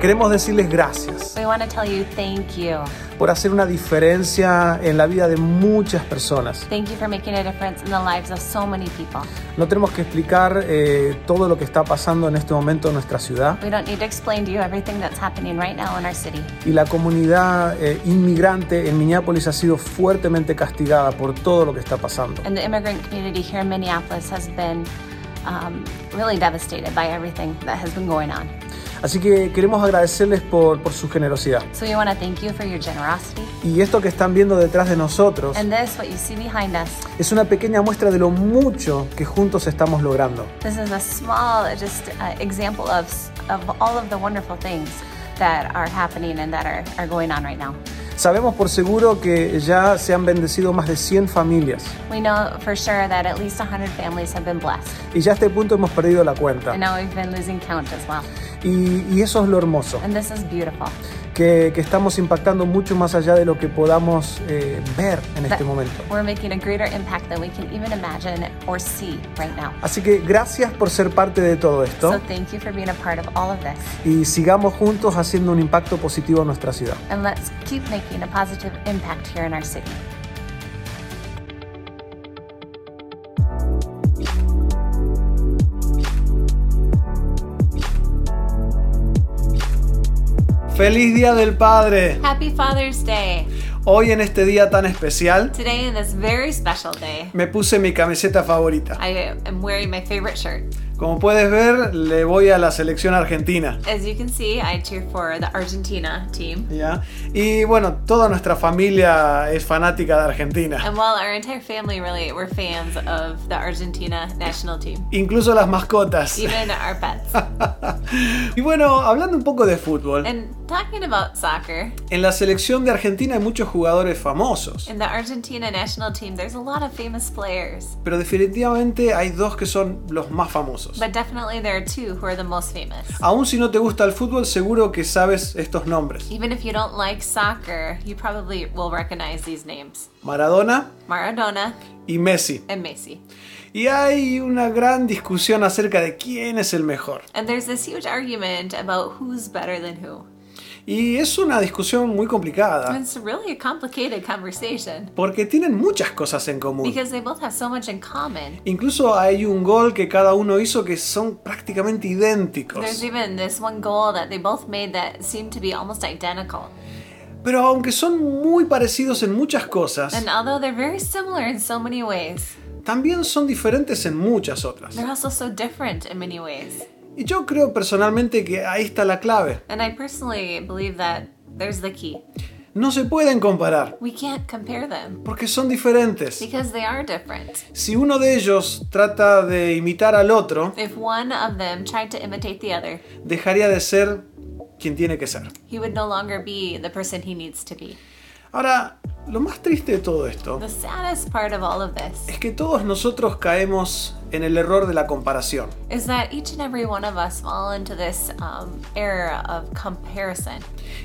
Queremos decirles gracias We want to tell you thank you. por hacer una diferencia en la vida de muchas personas. Thank you for making a difference in the lives of so many people. No tenemos que explicar eh, todo lo que está pasando en este momento en nuestra ciudad We don't need to explain to you everything that's happening right now in our city. y la comunidad eh, inmigrante en Minneapolis ha sido fuertemente castigada por todo lo que está pasando. And the immigrant community here in Minneapolis has been um, really devastated by everything that has been going on. Así que queremos agradecerles por, por su generosidad. So we want to thank you for your generosity. Y esto que están viendo detrás de nosotros And this, what you see behind us, es una pequeña muestra de lo mucho que juntos estamos logrando. this is a small, uh, just uh, example of s- of all of the wonderful things that are happening and that are, are going on right now. Sabemos por seguro que ya se han bendecido más de 100 familias We know for sure that at least 100 families have been blessed. y ya a este punto hemos perdido la And cuenta. now we've been losing count as well. Y, y eso es lo hermoso, And this is beautiful. que, que estamos impactando mucho más allá de lo que podamos eh, ver en That este momento. We're making a greater impact than we can even imagine or see right now. Así que gracias por ser parte de todo So esto thank you for being a part of all of this. y sigamos juntos haciendo un impacto positivo en nuestra ciudad. And let's keep making a positive impact here in our city. Feliz Día del Padre. Happy Father's Day. Hoy en este día tan especial Today is this very special day. me puse mi camiseta favorita. I am wearing my favorite shirt. Como puedes ver, le voy a la selección argentina. As you can see, I cheer for the Argentina team. ¿ya? Y bueno, toda nuestra familia es fanática de Argentina. And while our entire family really were fans of the Argentina national team, Incluso las mascotas. even our pets. y bueno, hablando un poco de fútbol, And talking about soccer, en la selección de Argentina hay muchos jugadores famosos. in the Argentina national team, there's a lot of famous players, Pero definitivamente hay dos que son los más famosos. but definitely there are two who are the most famous. Aún si no te gusta el fútbol, seguro que sabes estos nombres. Even if you don't like soccer, you probably will recognize these names Maradona Maradona y Messi. and Messi. Y hay una gran discusión acerca de quién es el mejor. And there's this huge argument about who's better than who. Y es una discusión muy And complicada, it's really a complicated conversation porque tienen muchas cosas en común. because they both have so much in common. Incluso hay un gol que cada uno hizo que son prácticamente There's idénticos. even this one goal that they both made that seemed to be almost identical. Pero aunque son muy parecidos en muchas cosas, And although they're very similar in so many ways, también son diferentes en muchas otras. they're also so different in many ways. Y yo creo personalmente que ahí está la clave. And I personally believe that there's the key. No se pueden comparar, We can't compare them porque son diferentes. because they are different. Si uno de ellos trata de imitar al otro, If one of them tried to imitate the other, dejaría de ser quien tiene que ser. he would no longer be the person he needs to be. Ahora, lo más triste de todo esto The saddest part of all of this es que todos nosotros caemos en el error de la comparación. is that each and every one of us fall into this um, error of comparison.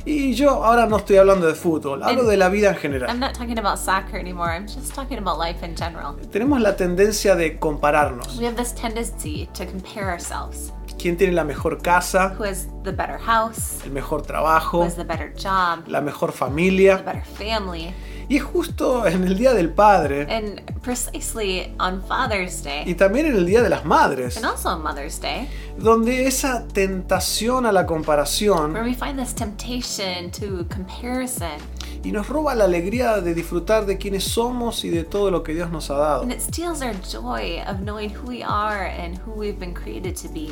Y yo ahora no estoy hablando de fútbol, hablo de la vida en general. I'm not talking about soccer anymore, I'm just talking about life in general. Tenemos la tendencia de compararnos. We have this tendency to compare ourselves ¿Quién tiene la mejor casa, who has the better house, el mejor who trabajo, has the better job, la mejor the familia? better family. Y es justo en el Día del Padre And precisely on Father's Day, y también en el Día de las Madres, and also on Mother's Day, donde esa tentación a la comparación where we find this temptation to comparison y nos roba la alegría de disfrutar de quienes somos y de todo lo que Dios nos ha dado. And it steals our joy of knowing who we are and who we've been created to be.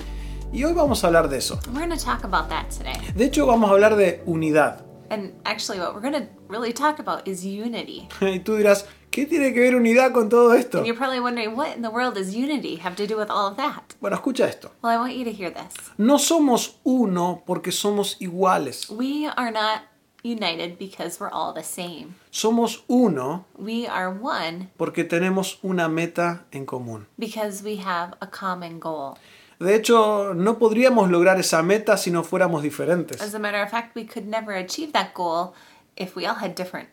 Y hoy vamos a hablar de eso. And we're going to talk about that today. De hecho, vamos a hablar de unidad. And actually, what we're going to really talk about is unity. Y tú dirás, ¿qué tiene que ver unidad con todo esto? And you're probably wondering, what in the world does unity have to do with all of that? Bueno, escucha esto. Well, I want you to hear this. No somos uno porque somos iguales. We are not united because we're all the same. Somos uno We are one porque tenemos una meta en común. because we have a common goal. De hecho, no podríamos lograr esa meta si no fuéramos diferentes. As a matter of fact, we could never achieve that goal if we all had different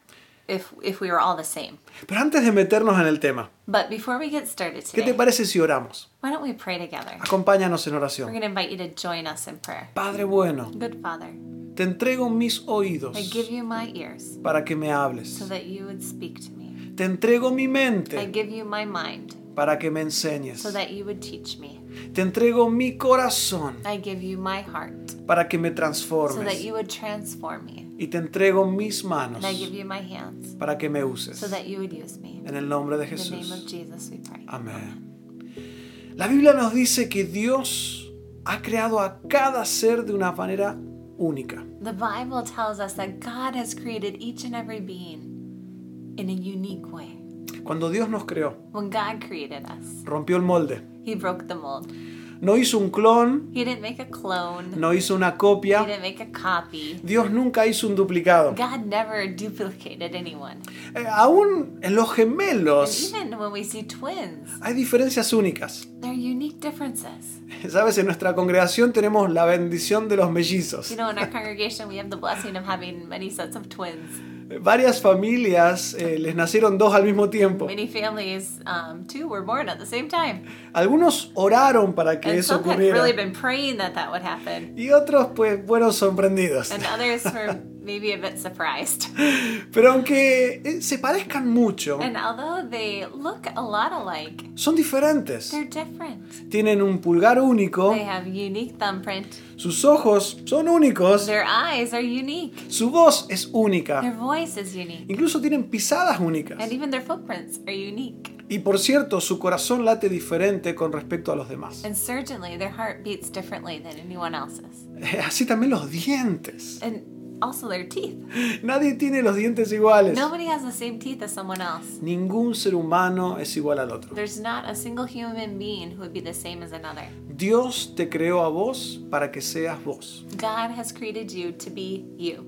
if if we were all the same. Pero antes de meternos en el tema, But before we get started ¿qué te today, parece si oramos? why don't we pray together? Acompáñanos en We're oración. going to invite you to join us in prayer. Padre bueno, Good Father, te entrego mis oídos I give you my ears para que me so hables. that you would speak to me. Te entrego mi I mente give you my mind para que me enseñes. so that you would teach me. Te entrego mi corazón I give you my heart para que me so that transformes. you would transform me. Y te entrego mis manos And I give you my hands para que me uses. so that you would use me. En el nombre de In the name of Jesús. Jesus we pray. Amén. La Biblia nos dice que Dios ha creado a cada ser de una manera única. The Bible tells us that God has created each and every being in a unique way. Cuando Dios nos creó, When God created us, rompió el molde. He broke the mold. No hizo un clon, He didn't make a clone, no hizo una He copia. didn't make a copy. Dios nunca hizo un duplicado. God never duplicated anyone. Eh, aún en los And gemelos even when we see twins, hay diferencias únicas. there are unique differences. Sabes, en nuestra congregación tenemos la bendición de los mellizos. You know, in our congregation, we have the blessing of having many sets of twins. Varias familias eh, les nacieron dos al mismo tiempo. Many families, um, too, were born at the same time. Algunos oraron para que And eso some had really ocurriera. been praying that that would happen. Y otros, pues, fueron sorprendidos. And others were maybe a bit surprised. Pero aunque eh, se parezcan mucho, And although they look a lot alike, son diferentes. they're different. Tienen un pulgar único, They have unique thumbprint. sus ojos son únicos, Their eyes are unique. su voz es única. Their voice is unique. Incluso tienen pisadas únicas. And even their footprints are unique. Y por cierto, su corazón late diferente con respecto a los demás. And certainly their heart beats differently than anyone else's. Eh, Así también los dientes. And also their teeth. Nadie tiene los dientes iguales. Nobody has the same teeth as someone else. Ningún ser humano es igual al otro. There's not a single human being who would be the same as another. Dios te creó a vos para que seas vos. God has created you to be you.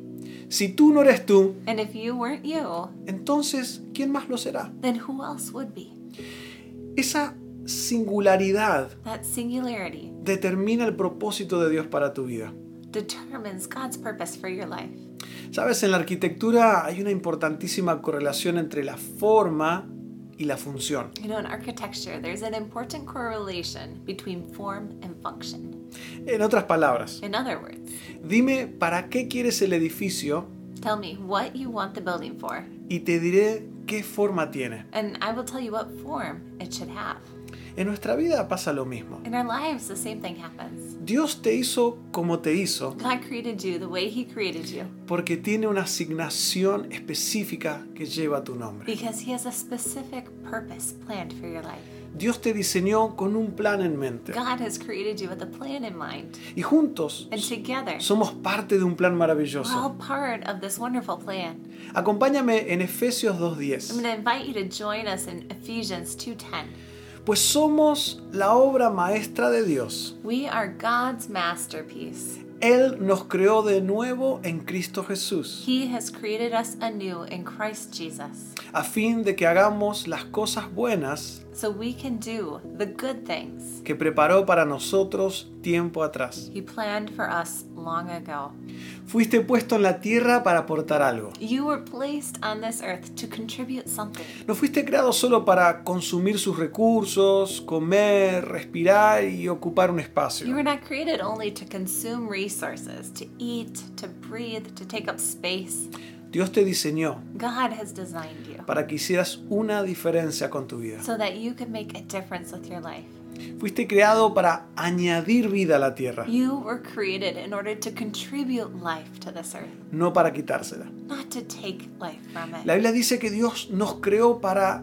Si tú no eres tú, And if you weren't you, entonces, ¿quién más lo será? then who else would be? Esa singularidad That singularity determina el propósito de Dios para tu vida. determines God's purpose for your life. Sabes, en la arquitectura hay una importantísima correlación entre la forma y la función. You know, in architecture, there's an important correlation between form and function. En otras palabras, In other words, Dime para qué quieres el edificio tell me what you want the building for, y te diré qué forma tiene. and I will tell you what form it should have. En nuestra vida pasa lo mismo. In our lives, the same thing happens. Dios te hizo como te hizo God created you the way He created you porque tiene una asignación específica que lleva tu nombre. because He has a specific purpose planned for your life. Dios te diseñó con un plan en mente God has created you with a plan in mind, y juntos and together, somos parte de un plan we're all maravilloso. part of this wonderful plan. Acompáñame en Efesios I'm 2.10. going to invite you to join us in Ephesians 2:10. Pues somos la obra maestra de Dios. We are God's masterpiece. Él nos creó de nuevo en Cristo Jesús. He has created us anew in Christ Jesus a fin de que hagamos las cosas buenas so we can do the good things que preparó para nosotros tiempo atrás. He planned for us long ago. Fuiste puesto en la tierra para aportar algo. You were placed on this earth to contribute something. No fuiste creado solo para consumir sus recursos, comer, respirar y ocupar un You espacio. were not created only to consume resources, to eat, to breathe, to take up space. Dios te diseñó God has designed you para que hicieras una diferencia con tu vida. so that you could make a difference with your life. Fuiste creado para añadir vida a la tierra, You were created in order to contribute life to this earth, no para quitársela. not to take life from it. La Biblia dice que Dios nos creó para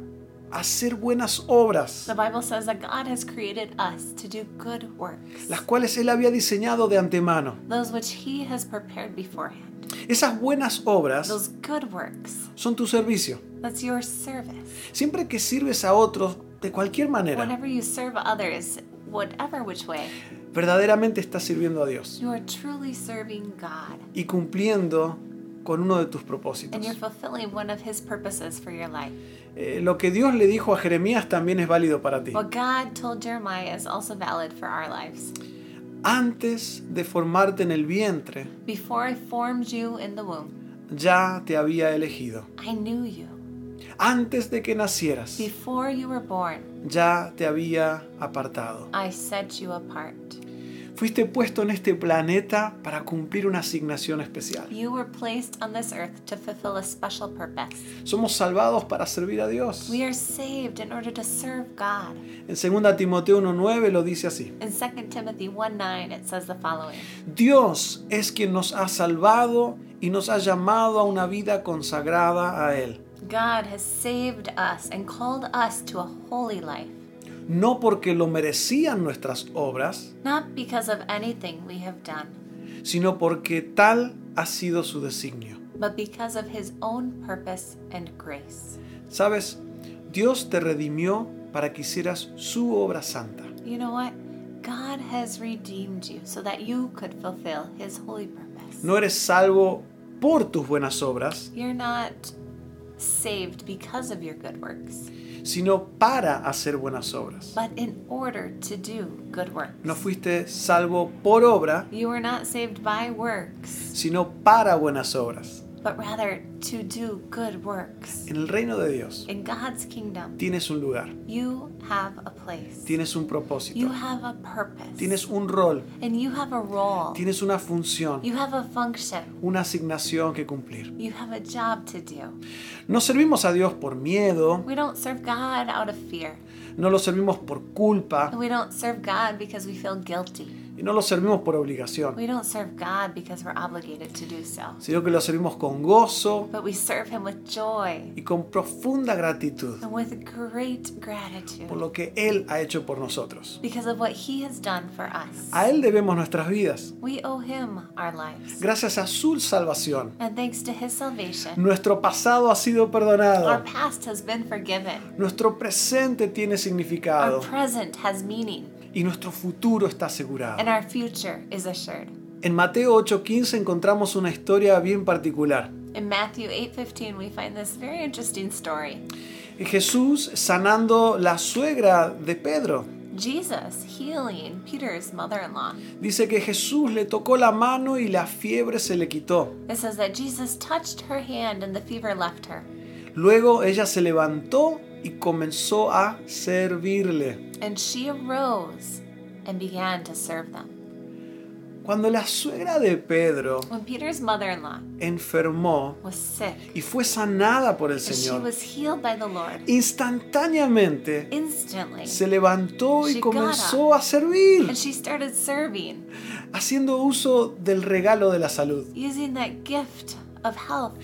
hacer buenas obras. The Bible says that God has created us to do good works, las cuales él había diseñado de antemano. those which He has prepared beforehand. Esas buenas obras Those good works, son tu servicio. that's your service. Siempre que sirves a otros de cualquier manera, Whenever you serve others, whatever which way, verdaderamente estás sirviendo a Dios you are truly serving God y cumpliendo con uno de tus and you're propósitos. fulfilling one of His purposes for your life. Eh, lo que Dios le dijo a Jeremías también es válido para ti. What God told Jeremiah is also valid for our lives. Antes de formarte en el vientre, Before I formed you in the womb, ya te había elegido. I knew you Antes de que nacieras, before you were born. ya te había apartado. I set you apart. Fuiste puesto en este planeta para cumplir una asignación especial. You were placed on this earth to fulfill a special purpose. Somos salvados para servir a Dios. We are saved in order to serve God. En 2 Timoteo 1.9 lo dice así. In 2 Timothy 1 9, it says the following Dios es quien nos ha salvado y nos ha llamado a una vida consagrada a Él. God has saved us and called us to a holy life, No porque lo merecían nuestras obras, not because of anything we have done, sino porque tal ha sido su designio. but because of His own purpose and grace. ¿Sabes? Dios te redimió para que hicieras su obra santa. You know what? God has redeemed you so that you could fulfill His holy purpose. No eres salvo por tus buenas obras, You're not saved because of your good works, sino para hacer buenas obras. but in order to do good works. No fuiste salvo por obra, You were not saved by works, sino para buenas obras. but rather to do good works. En el reino de Dios In God's kingdom, tienes un lugar, you have a place. tienes un You propósito, have a purpose. tienes un rol, and you have a role. tienes una función, You have a function. una asignación que cumplir. You have a job to do. No servimos a Dios por miedo, We don't serve God out of fear. no lo servimos por culpa, We don't serve God because we feel guilty. y no lo servimos por obligación, We don't serve God because we're obligated to do so. sino que lo servimos con gozo But we serve Him with joy y con profunda gratitud and with great por gratitude lo que Él ha hecho por nosotros. because of what He has done for us. A Él debemos nuestras vidas. We owe Him our lives. Gracias a su salvación, And thanks to His salvation, nuestro pasado ha sido our perdonado, past has been forgiven. nuestro presente tiene Our significado present has meaning, y nuestro futuro está and asegurado. our future is assured. En Mateo 8:15 encontramos una historia bien particular. In Matthew 8:15, we find this very interesting story. Jesús sanando la suegra de Pedro. Jesus healing Peter's mother-in-law. Dice que Jesús le tocó la mano y la fiebre se le quitó. It says that Jesus touched her hand and the fever left her. Luego ella se levantó y comenzó a servirle. And she arose and began to serve them. Cuando la suegra de Pedro When Peter's mother in law enfermó was sick, y fue sanada por el and she Señor, was healed by the Lord instantáneamente instantly, se levantó y She comenzó a servir, and she started serving haciendo uso del regalo de la salud. using that gift of health.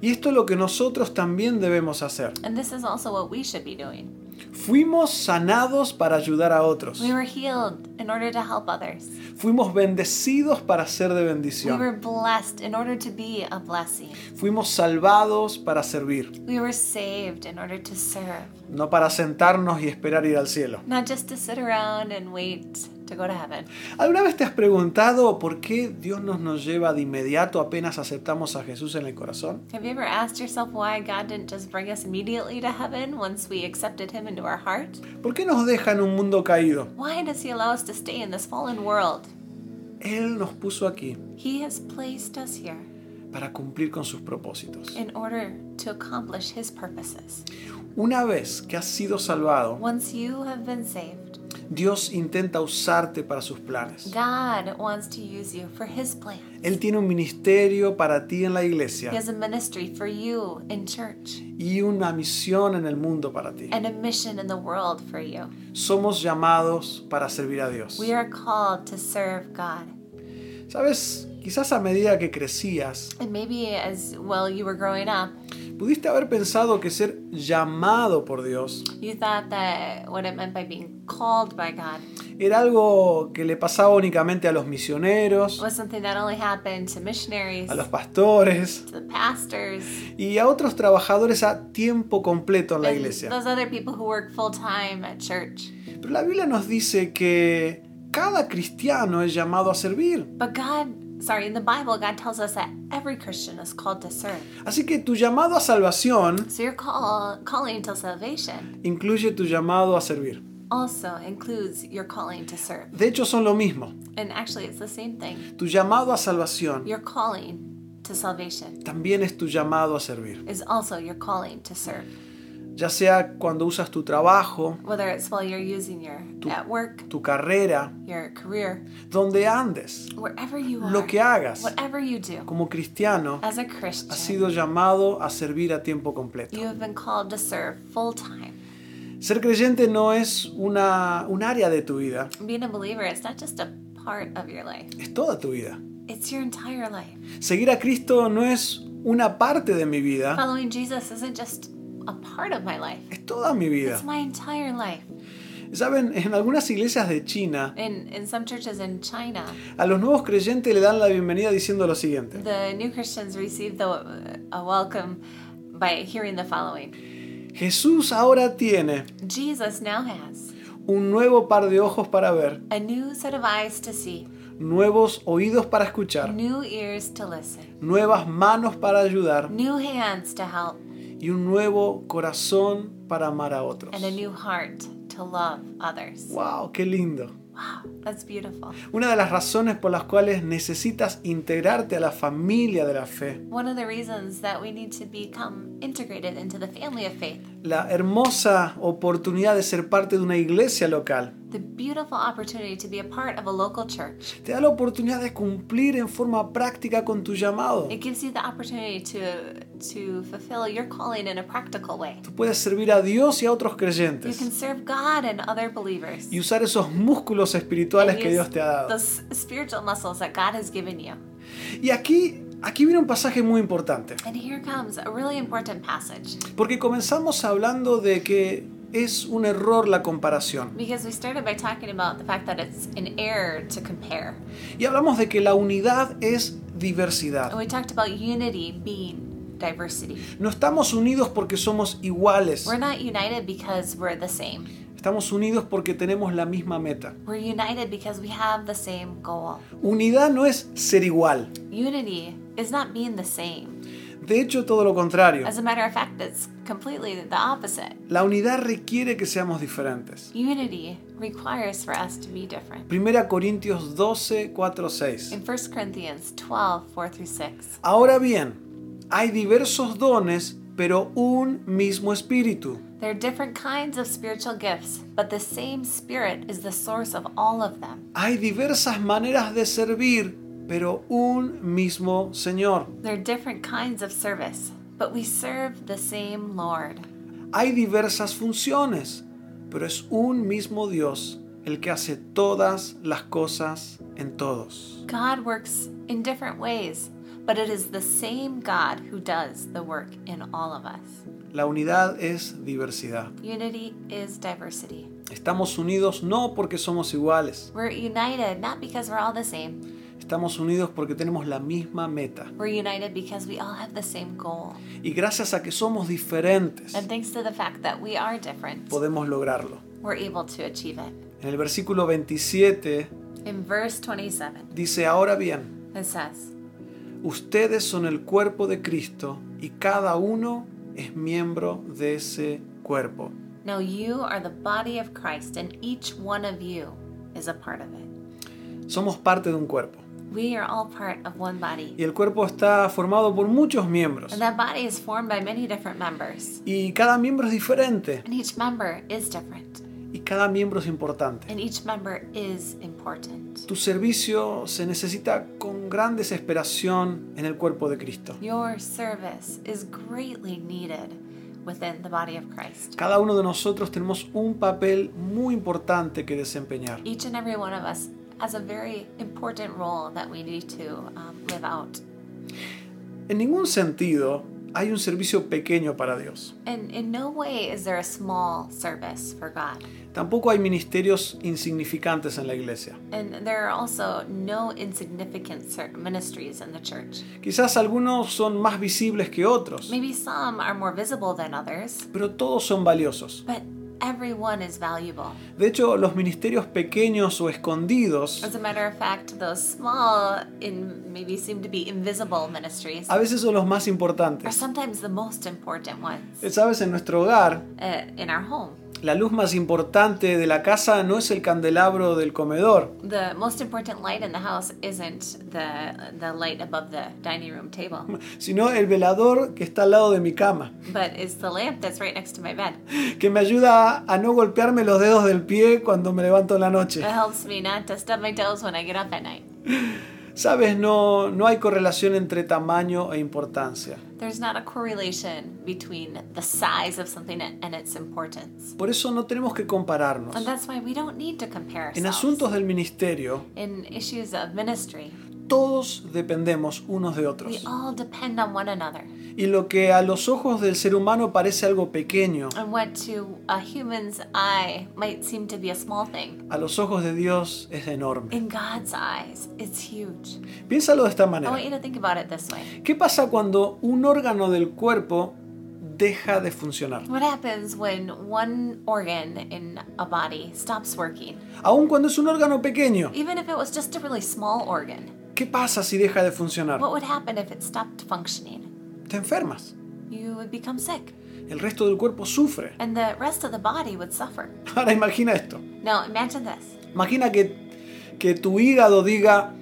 Y esto es lo que nosotros también debemos hacer. And this is also what we should be doing. Fuimos sanados para ayudar a otros. We were healed in order to help others, Fuimos bendecidos para ser de we were bendición. blessed in order to be a blessing, Fuimos salvados para servir, we were saved in order to serve, no para sentarnos y esperar ir al cielo. not just to sit around and wait to go to heaven. ¿Alguna vez te has preguntado por qué Dios nos, nos lleva de inmediato apenas aceptamos a Jesús en el corazón? Have you ever asked yourself why God didn't just bring us immediately to heaven once we accepted Him into our heart? ¿Por qué nos deja en un mundo caído? Why does He allow us to stay in this fallen world? Él nos puso aquí He has placed us here para cumplir con sus propósitos. in order to accomplish His purposes. Una vez que has sido salvado, Once you have been saved, Dios intenta usarte para sus planes. God wants to use you for His plan. Él tiene un ministerio para ti en la He iglesia has a ministry for you in church y una misión en el mundo para ti. and a mission in the world for you. Somos llamados para servir a Dios. We are called to serve God. Sabes, quizás a medida que crecías, And maybe as well you were growing up, pudiste haber pensado que ser llamado por Dios You thought that what it meant by being called by God era algo que le pasaba únicamente a los misioneros, was something that only happened to missionaries, a los to pastores the pastors, y a otros trabajadores a tiempo completo en la and iglesia. those other people who work full time at church. Pero la Biblia nos dice que cada cristiano es llamado a servir. But God, sorry, in the Bible, God tells us that every Christian is called to serve. Así que tu llamado a salvación So your call, calling to salvation incluye tu llamado a servir. also includes your calling to serve. De hecho, son lo mismo. And actually, it's the same thing. Tu llamado a salvación Your calling to salvation también es tu llamado a servir. is also your calling to serve. Ya sea cuando usas tu trabajo, Whether it's while you're using your at work, tu carrera, your career, donde andes, wherever you are, lo que hagas whatever you do, como cristiano, as a has Christian, sido llamado a servir a tiempo completo. you have been called to serve full time. Ser creyente no es una, un área de tu vida, Being a believer is not just a part of your life, es toda tu vida. it's your entire life. Seguir a Cristo no es una parte de mi vida, Following Jesus isn't just a part of my life, es toda mi vida. it's my entire life. Saben, en algunas iglesias de China, In, in some churches in China, a los nuevos creyentes le dan la bienvenida diciendo lo siguiente. the new Christians receive the, a welcome by hearing the following Jesús ahora tiene Jesus now has un nuevo par de ojos para ver, a new set of eyes to see, nuevos oídos para escuchar, new ears to listen, nuevas manos para ayudar new hands to help, y un nuevo corazón para amar a otros. and a new heart to love others. ¡Wow! ¡Qué lindo! Wow, that's beautiful. Una de las razones por las cuales necesitas integrarte a la familia de la fe. One of the reasons that we need to become integrated into the family of faith, La hermosa oportunidad de ser parte de una iglesia local the beautiful opportunity to be a part of a local church. te da la oportunidad de cumplir en forma práctica con tu llamado. It gives you the opportunity to to fulfill your calling in a practical way. Tú puedes servir a Dios y a otros You can creyentes serve God and other believers. y usar esos músculos espirituales And que use Dios te ha dado. Those spiritual muscles that God has given you. Y aquí, aquí viene un pasaje muy importante, And here comes a really important passage porque comenzamos hablando de que es un error la comparación. because we started by talking about the fact that it's an error to compare. Y hablamos de que la unidad es diversidad. And we talked about unity being diversity. No estamos unidos porque somos iguales. We're not united because we're the same. Estamos unidos porque tenemos la misma meta. We're united because we have the same goal. Unidad no es ser igual. Unity is not being the same. De hecho, todo lo contrario. As a matter of fact, it's completely the opposite. La unidad requiere que seamos diferentes. Unity requires for us to be different. 1 Corintios 12, 4, 6. In 1 Corinthians 12, 4 through 6. Ahora bien, hay diversos dones, pero un mismo espíritu. There are different kinds of spiritual gifts, but the same Spirit is the source of all of them. Hay diversas maneras de servir, pero un mismo Señor. There are different kinds of service, but we serve the same Lord. Hay diversas funciones, pero es un mismo Dios el que hace todas las cosas en todos. God works in different ways, but it is the same God who does the work in all of us. La unidad es diversidad. Unity is diversity. Estamos unidos no porque somos iguales, We're united not because we're all the same. estamos unidos porque tenemos la misma meta. We're united because we all have the same goal. Y gracias a que somos diferentes, And thanks to the fact that we are different, podemos lograrlo. we're able to achieve it. En el versículo 27 In verse 27, dice, ahora bien, it says, ustedes son el cuerpo de Cristo y cada uno es miembro de ese cuerpo. Now you are the body of Christ, and each one of you is a part of it. Somos parte de un cuerpo. We are all part of one body. Y el cuerpo está formado por muchos miembros. And that body is formed by many different members. Y cada miembro es diferente. And each member is different. Y cada miembro es importante. And each member is important. Tu servicio se necesita con gran desesperación en el cuerpo de Cristo. Your service is greatly needed within the body of Christ. Cada uno de nosotros tenemos un papel muy importante que desempeñar. Each and every one of us has a very important role that we need to um, live out. En ningún sentido hay un servicio pequeño para Dios. And in no way is there a small service for God. Tampoco hay ministerios insignificantes en la iglesia. And there are also no insignificant cer- ministries in the church. Quizás algunos son más visibles que otros, Maybe some are more visible than others, pero todos son valiosos. but everyone is valuable. De hecho, los ministerios pequeños o escondidos As a matter of fact, those small, in maybe seem to be invisible ministries, a veces son los más are importantes. sometimes the most important ones Sabes, en nuestro hogar uh, in our home. La luz más importante de la casa no es el candelabro del comedor, The most important light in the house isn't the the light above the dining room table, sino el velador que está al lado de mi cama, but it's the lamp that's right next to my bed. que me ayuda a no golpearme los dedos del pie cuando me levanto en la noche. It helps me not to stub my toes when I get up at night. Sabes, no, no hay correlación entre tamaño e importancia. There's not a correlation between the size of something and its importance. Por eso no tenemos que compararnos. And that's why we don't need to compare En ourselves. asuntos del ministerio, in issues of ministry, todos dependemos unos de we otros. all depend on one another. Y lo que a los ojos del ser humano parece algo pequeño, And what to a human's eye might seem to be a small thing, a los ojos de Dios es enorme. in God's eyes, it's huge. Piénsalo de esta I manera. want you to think about it this way. ¿Qué pasa cuando un órgano del cuerpo deja de funcionar? What happens when one organ in a body stops working? Aun cuando es un órgano pequeño, Even if it was just a really small organ, ¿qué pasa si deja de funcionar? what would happen if it stopped functioning? Te enfermas. You would become sick, El resto del cuerpo sufre. and the rest of the body would suffer. Ahora imagina esto. Now imagine this. Imagina que, que tu hígado diga,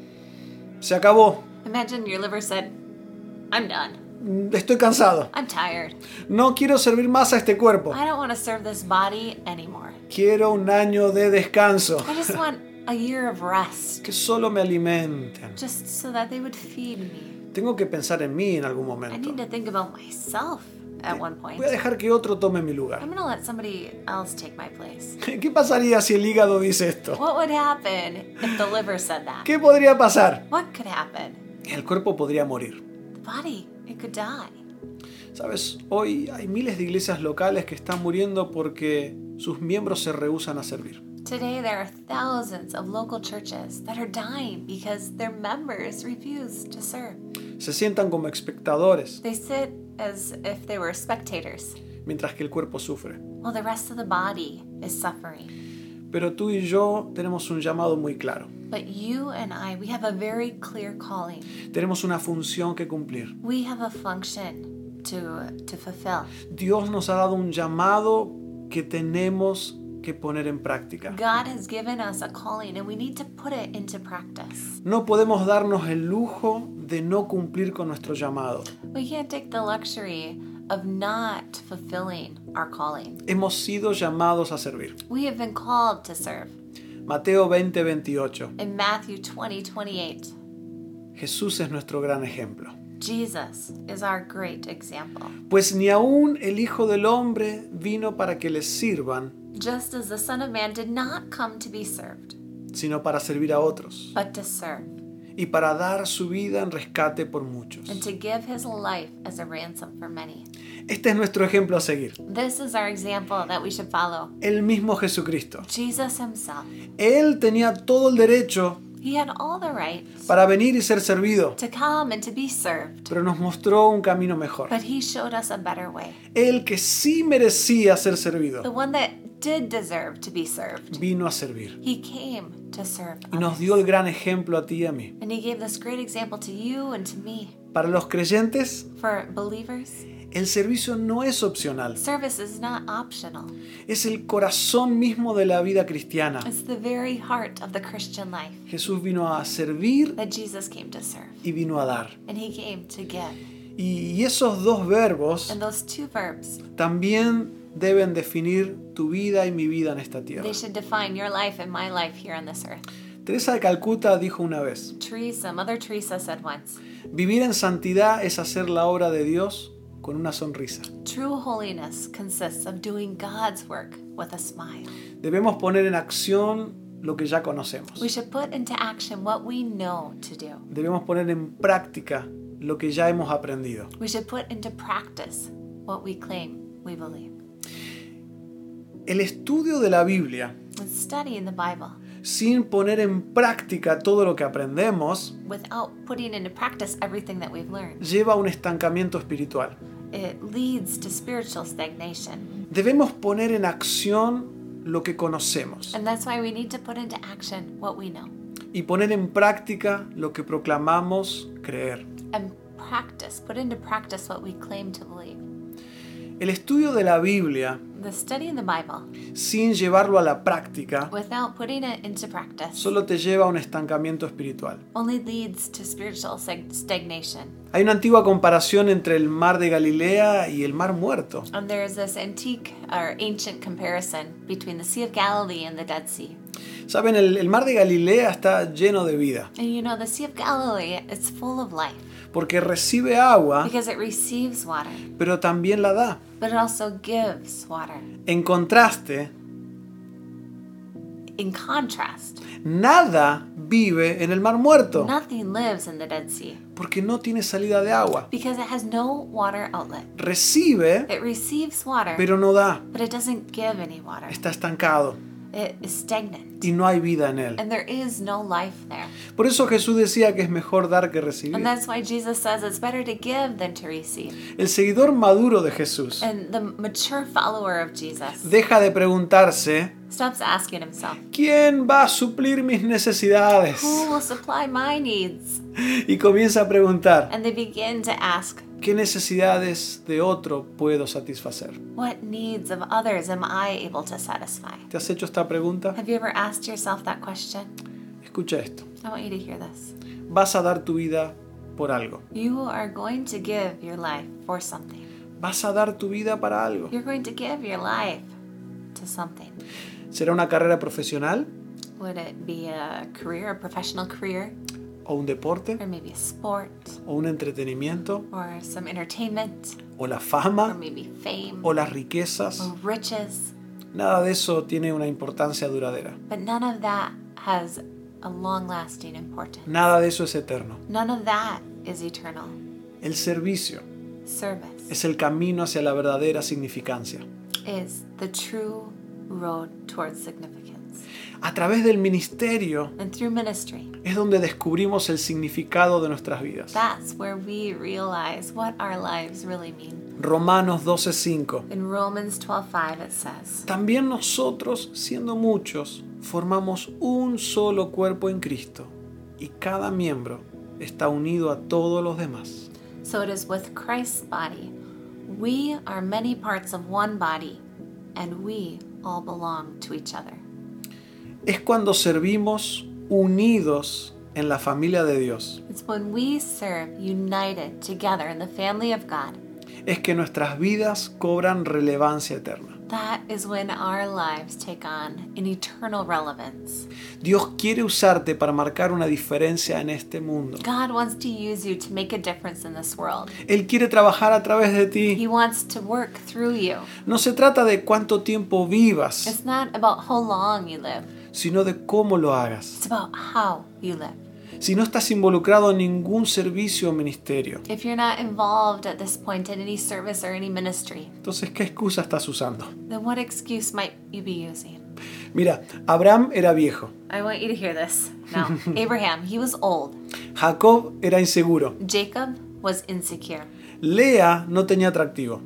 se acabó, Imagine your liver said, I'm done. estoy cansado, I'm tired. no quiero servir más a este cuerpo, I don't want to serve this body anymore. quiero un año de descanso, I just want a year of rest, que solo me alimenten. just so that they would feed me. Tengo que pensar en mí en algún I momento. need to think about myself at one point. Voy a dejar que otro tome mi lugar. I'm gonna let somebody else take my place. ¿Qué pasaría si el hígado dice esto? What would happen if the liver said that? ¿Qué podría pasar? What could happen? El cuerpo podría morir. The body, it could die. Sabes, hoy hay miles de iglesias locales que están muriendo porque sus miembros se rehúsan a servir. Today, there are thousands of local churches that are dying because their members refuse to serve. Se sientan como espectadores They sit as if they were spectators, mientras que el cuerpo sufre. while the rest of the body is suffering. Pero tú y yo tenemos un llamado muy claro. But you and I, we have a very clear calling. Tenemos una función que cumplir. We have a function to, to fulfill. Dios nos ha dado un llamado que tenemos que poner en práctica. God has given us a calling, and we need to put it into practice. No podemos darnos el lujo de no cumplir con nuestro llamado. We can't take the luxury of not fulfilling our calling. Hemos sido llamados a servir. We have been called to serve. Mateo 20:28. In Matthew 20 28, Jesús es nuestro gran ejemplo. Jesus is our great example. Pues ni aún el Hijo del Hombre vino para que les sirvan, Just as the Son of Man did not come to be served, sino para servir a otros but to serve, y para dar su vida en rescate por and muchos. to give his life as a ransom for many. Este es nuestro ejemplo a seguir. This is our example that we should follow. el mismo Jesucristo. Jesus himself. Él tenía todo el derecho He had all the right para venir y ser servido, to come and to be served, pero nos mostró un camino mejor. but he showed us a better way. Él que sí merecía ser servido, The one that did deserve to be served, vino a servir he came to serve. y nos others. dio el gran ejemplo a ti y a mí. And he gave this great example to you and to me. Para los creyentes, For believers, el servicio no es opcional, service is not optional, es el corazón mismo de la vida cristiana. it's the very heart of the Christian life Jesús vino a servir that Jesus came to serve, y vino a dar. and he came to give. Y esos dos verbos And those two verbs, también deben definir tu vida y mi vida en esta tierra. they should define your life and my life here on this earth. Teresa de Calcuta dijo una vez, Teresa, Mother Teresa said once, Vivir en santidad es hacer la obra de Dios con una sonrisa. True holiness consists of doing God's work with a smile. Debemos poner en acción lo que ya We conocemos. should put into action what we know to do. Debemos poner en práctica lo que ya hemos aprendido. We should put into practice what we claim we believe. El estudio de la Biblia, And studying the Bible sin poner en práctica todo lo que aprendemos, without putting into practice everything that we've learned, lleva a un estancamiento espiritual. it leads to spiritual stagnation. Debemos poner en acción lo que conocemos And that's why we need to put into action what we know y poner en práctica lo que proclamamos creer. and practice, put into practice what we claim to believe. El estudio de la Biblia, The study of the Bible, sin llevarlo a la práctica, without putting it into practice, solo te lleva a un estancamiento espiritual. only leads to spiritual stag- stagnation. Hay una antigua comparación entre el mar de Galilea y el mar muerto. And there's Um, this antique or ancient comparison between the Sea of Galilee and the Dead Sea. Saben, el, el mar de Galilea está lleno de vida, And you know, the Sea of Galilee is full of life porque recibe agua, because it receives water, pero también la da. but it also gives water. En contraste, In contrast, nada vive en el mar muerto, nothing lives in the Dead Sea porque no tiene salida de agua. because it has no water outlet. Recibe, It receives water, pero no da. but it doesn't give any water. Está estancado It is stagnant, y no hay vida en él. and there is no life there. Por eso Jesús decía que es mejor dar que recibir. And that's why Jesus says it's better to give than to receive. El seguidor maduro de Jesús And the mature follower of Jesus deja de preguntarse, stops asking himself, ¿quién va a suplir mis necesidades? Who will supply my needs? Y comienza a preguntar, And they begin to ask, ¿qué necesidades de otro puedo satisfacer? What needs of others am I able to satisfy? ¿Te has hecho esta pregunta? Have you ever asked yourself that question? Escucha esto. I want you to hear this. Vas a dar tu vida por algo. You are going to give your life for something. Vas a dar tu vida para algo. You're going to give your life to something. ¿Será una carrera profesional Would it be a career, a professional career, o un deporte or maybe a sport, o un entretenimiento or some entertainment, o la or fama maybe fame, o las riquezas? or riches? Nada de eso tiene una importancia duradera. But none of that has a long lasting importance. Nada de eso es eterno. None of that is eternal. El servicio Service es el camino hacia la verdadera significancia. is the true road towards significance. A través del ministerio And through ministry, es donde descubrimos el significado de nuestras vidas. that's where we realize what our lives really mean. Romanos 12:5. In Romans 12:5 it says, También nosotros, siendo muchos, formamos un solo cuerpo en Cristo y cada miembro está unido a todos los demás. "So it is with Christ's body. We are many parts of one body, and we all belong to each other." Es cuando servimos unidos en la familia de Dios. It's when we serve united together in the family of God Es que nuestras vidas cobran relevancia eterna. That is when our lives take on an eternal relevance. Dios quiere usarte para marcar una diferencia en este mundo. God wants to use you to make a difference in this world. Él quiere trabajar a través de ti. He wants to work through you. No se trata de cuánto tiempo vivas, It's not about how long you live, sino de cómo lo hagas. it's about how you live. Si no estás involucrado en ningún servicio o ministerio, If you're not involved at this point in any service or any ministry, entonces ¿qué excusa estás usando? then what excuse might you be using? Mira, Abraham era viejo, I want you to hear this now. Abraham, he was old. Jacob era inseguro, Jacob was insecure. Lea no tenía atractivo,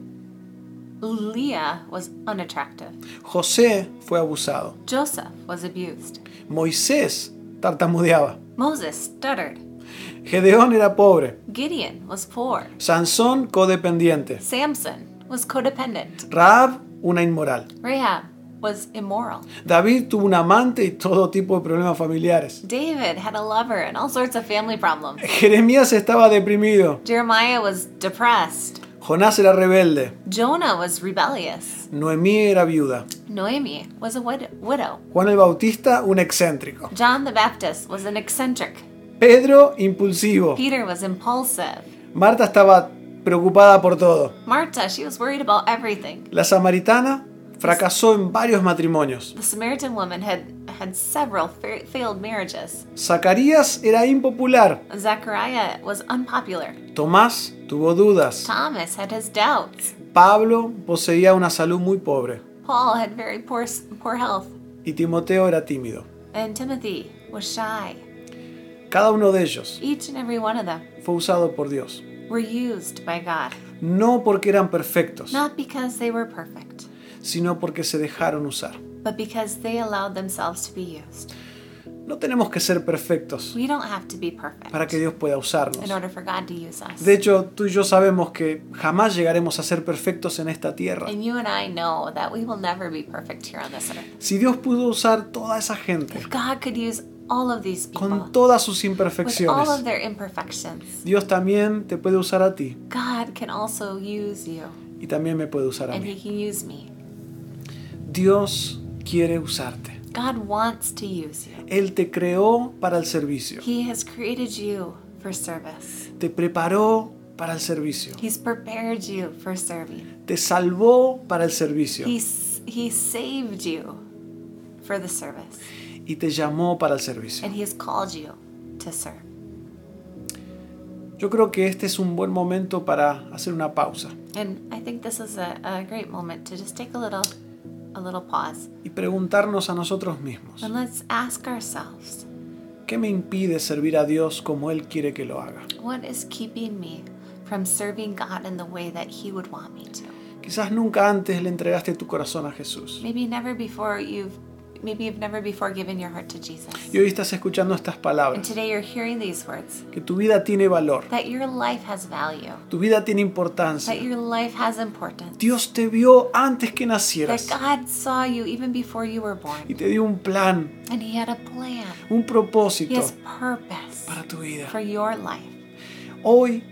Leah was unattractive. José fue abusado, Joseph was abused. Moisés tartamudeaba, Moses stuttered. Gedeón era pobre, Gideon was poor. Sansón codependiente, Samson was codependent. Raab una inmoral. Rahab was immoral. David tuvo un amante y todo tipo de problemas familiares. David had a lover and all sorts of family problems. Jeremías estaba deprimido, Jeremiah was depressed. Jonás era rebelde, Jonah was rebellious. Noemí era viuda, Noemi was a wid- widow. Juan el Bautista un excéntrico. John the Baptist was an eccentric. Pedro, impulsivo. Peter was impulsive. Marta estaba preocupada por todo. Marta, she was worried about everything. La samaritana fracasó en varios matrimonios. The Samaritan woman had had several fa- failed marriages. Zacarías era impopular. Zechariah was unpopular. Tomás tuvo dudas. Thomas had his doubts. Pablo poseía una salud muy pobre. Paul had very poor s- poor health. Y Timoteo era tímido. and Timothy was shy. Cada uno de ellos Each and every one of them fue usado por Dios. were used by God, No porque eran perfectos, not because they were perfect, sino porque se dejaron usar. but because they allowed themselves to be used. No tenemos que ser perfectos We don't have to be perfect para que Dios pueda usarnos. in order for God to use us. De hecho, tú y yo sabemos que jamás llegaremos a ser perfectos en esta tierra. and you and I know that we will never be perfect here on this earth. Si Dios pudo usar toda esa gente If God could use all of these people con todas sus with all of imperfecciones, their imperfections, Dios también te puede usar a ti God can also use you y también me puede usar a and mí. He can use me. Dios quiere usarte. God wants to use you. Él te creó para el servicio, He has created you for service. te preparó para el servicio, He's prepared you for serving. te salvó para el servicio He s- he saved you for the service, y te llamó para el servicio. and he has called you to serve. Yo creo que este es un buen momento para hacer una pausa And I think this is a, a great moment to just take a little a little pause y preguntarnos a nosotros mismos, and let's ask ourselves, ¿qué me impide servir a Dios como Él quiere que lo haga? what is keeping me from serving God in the way that he would want me to? Quizás nunca antes le entregaste tu corazón a Jesús Maybe never before you've maybe you've never before given your heart to Jesus. y hoy estás escuchando estas And palabras, today you're hearing these words que tu vida tiene valor, that your life has value, tu vida tiene importancia. that your life has importance, Dios te vio antes que that nacieras God saw you even before you were born, y te dio un plan, and He had a plan, un He propósito has purpose para tu vida. for your life. Hoy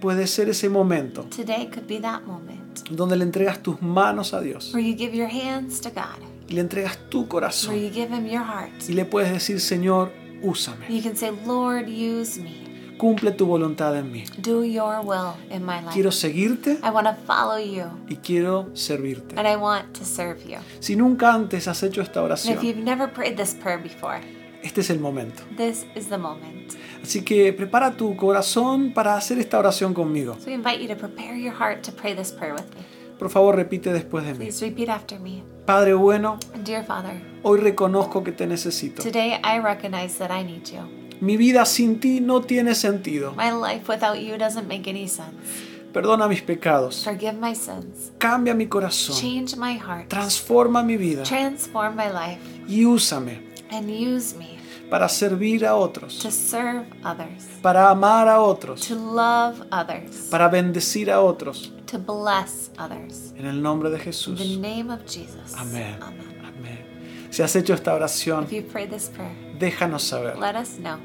puede ser ese momento Today could be that moment donde le entregas tus manos a Dios where you give your hands to God, y le entregas tu where corazón you give Him your heart. y le puedes decir, Señor, úsame, You can say, Lord, use me, cumple tu voluntad en mí. do your will in my Quiero life. seguirte I want to follow you, y quiero servirte. and I want to serve you. Si nunca antes has hecho esta And if oración, you've never prayed this prayer before, este es el momento. this is the moment. Así que prepara tu corazón para hacer esta oración conmigo. So we invite you to prepare your heart to pray this prayer with me. Por favor, repite después de mí. Please repeat after me. Padre bueno, Dear Father, hoy reconozco que te necesito. today I recognize that I need you. Mi vida sin ti no tiene sentido. My life without you doesn't make any sense. Perdona mis pecados. Forgive my sins. Cambia mi corazón. Change my heart. Transforma mi vida Transform my life y úsame and use me para servir a otros, to serve others, para amar a otros, to love others, para bendecir a otros. to bless others. En el nombre de In the Jesús. name of Jesus. Amén. Amen. Amén. Si has hecho esta oración, If you prayed this prayer, déjanos saber. let us know.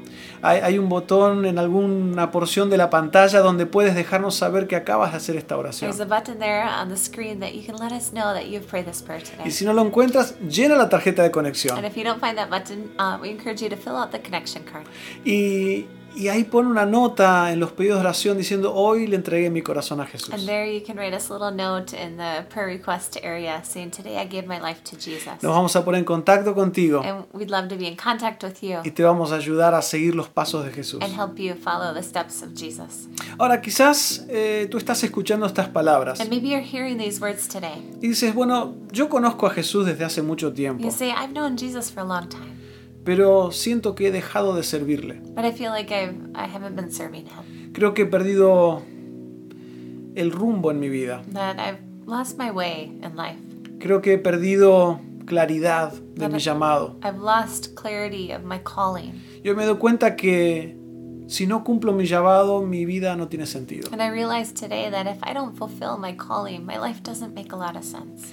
Hay, hay un botón en alguna porción de la pantalla donde puedes dejarnos saber que acabas de hacer esta oración. There's a button there on the screen that you can let us know that you've prayed this prayer today. Y si no lo encuentras, llena la tarjeta de And conexión. if you don't find that button, uh, we encourage you to fill out the connection card. Y, y ahí pon una nota en los pedidos de oración diciendo, hoy le entregué mi corazón a And Jesús. there you can write us a little note in the prayer request area saying, Today I gave my life to Jesus. Nos vamos a poner en contacto contigo And we'd love to be in contact with you y te vamos a ayudar a seguir los pasos de Jesús. and help you follow the steps of Jesus. Ahora, quizás eh, tú estás escuchando estas palabras And maybe you're hearing these words today. y dices, bueno, yo conozco a Jesús desde hace mucho tiempo, You say, I've known Jesus for a long time, pero siento que he dejado de servirle. but I feel like I've, I haven't been serving him, Creo que he perdido el rumbo en mi vida. that I've lost my way in life, Creo que he perdido claridad de mi llamado. I've lost clarity of my calling. Yo me doy cuenta que si no cumplo mi llamado, mi vida no tiene sentido. And I realized today that if I don't fulfill my calling, my life doesn't make a lot of sense.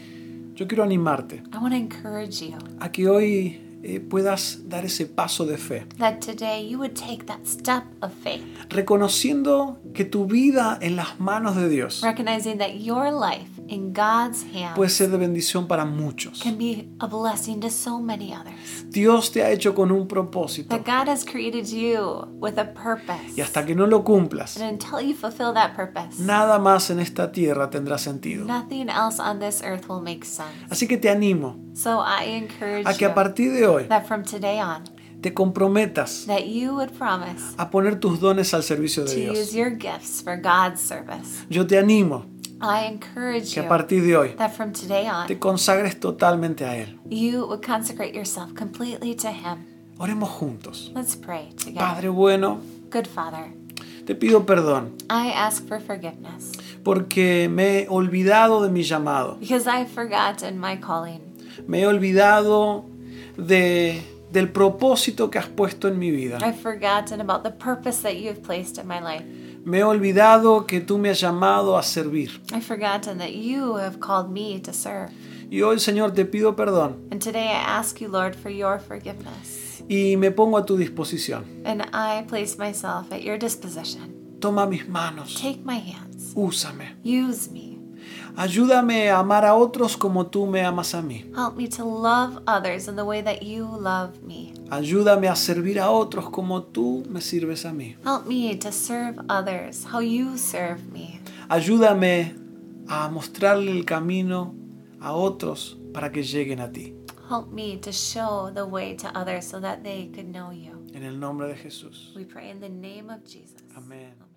Yo quiero animarte I want to encourage you a que hoy eh, puedas dar ese paso de fe, that today you would take that step of faith, reconociendo que tu vida en las manos de Dios recognizing that your life in God's hands puede ser de bendición para muchos. can be a blessing to so many others. Dios te ha hecho con un propósito That God has created you with a purpose. y hasta que no lo cumplas, And until you fulfill that purpose, nada más en esta tierra tendrá sentido. nothing else on this earth will make sense. Así que te animo So I encourage a que a you partir de hoy that from today on, te comprometas that you would promise a poner tus dones al servicio de to use Dios. your gifts for God's service. Yo te animo I encourage que a you partir de hoy that from today on, te consagres totalmente a Él. you would consecrate yourself completely to Him. Oremos juntos. Let's pray together. Padre bueno, Good Father, te pido perdón I ask for forgiveness porque me he olvidado de mi llamado. because I've forgotten my calling. Me he olvidado de, del propósito que has puesto en mi vida. I've forgotten about the purpose that you have placed in my life. Me he olvidado que tú me has llamado a servir. I've forgotten that you have called me to serve. Y hoy, Señor, te pido perdón And today I ask you, Lord, for your forgiveness. y me pongo a tu disposición. And I place myself at your disposition. Toma mis manos, Take my hands. úsame. Use me. Ayúdame a amar a otros como tú me amas a mí. Help me to love others in the way that you love me. Ayúdame a servir a otros como tú me sirves a mí. Help me to serve others how you serve me. Ayúdame a mostrarle el camino a otros para que lleguen a ti. Help me to show the way to others so that they could know you. En el nombre de Jesús. We pray in the name of Jesus. Amén.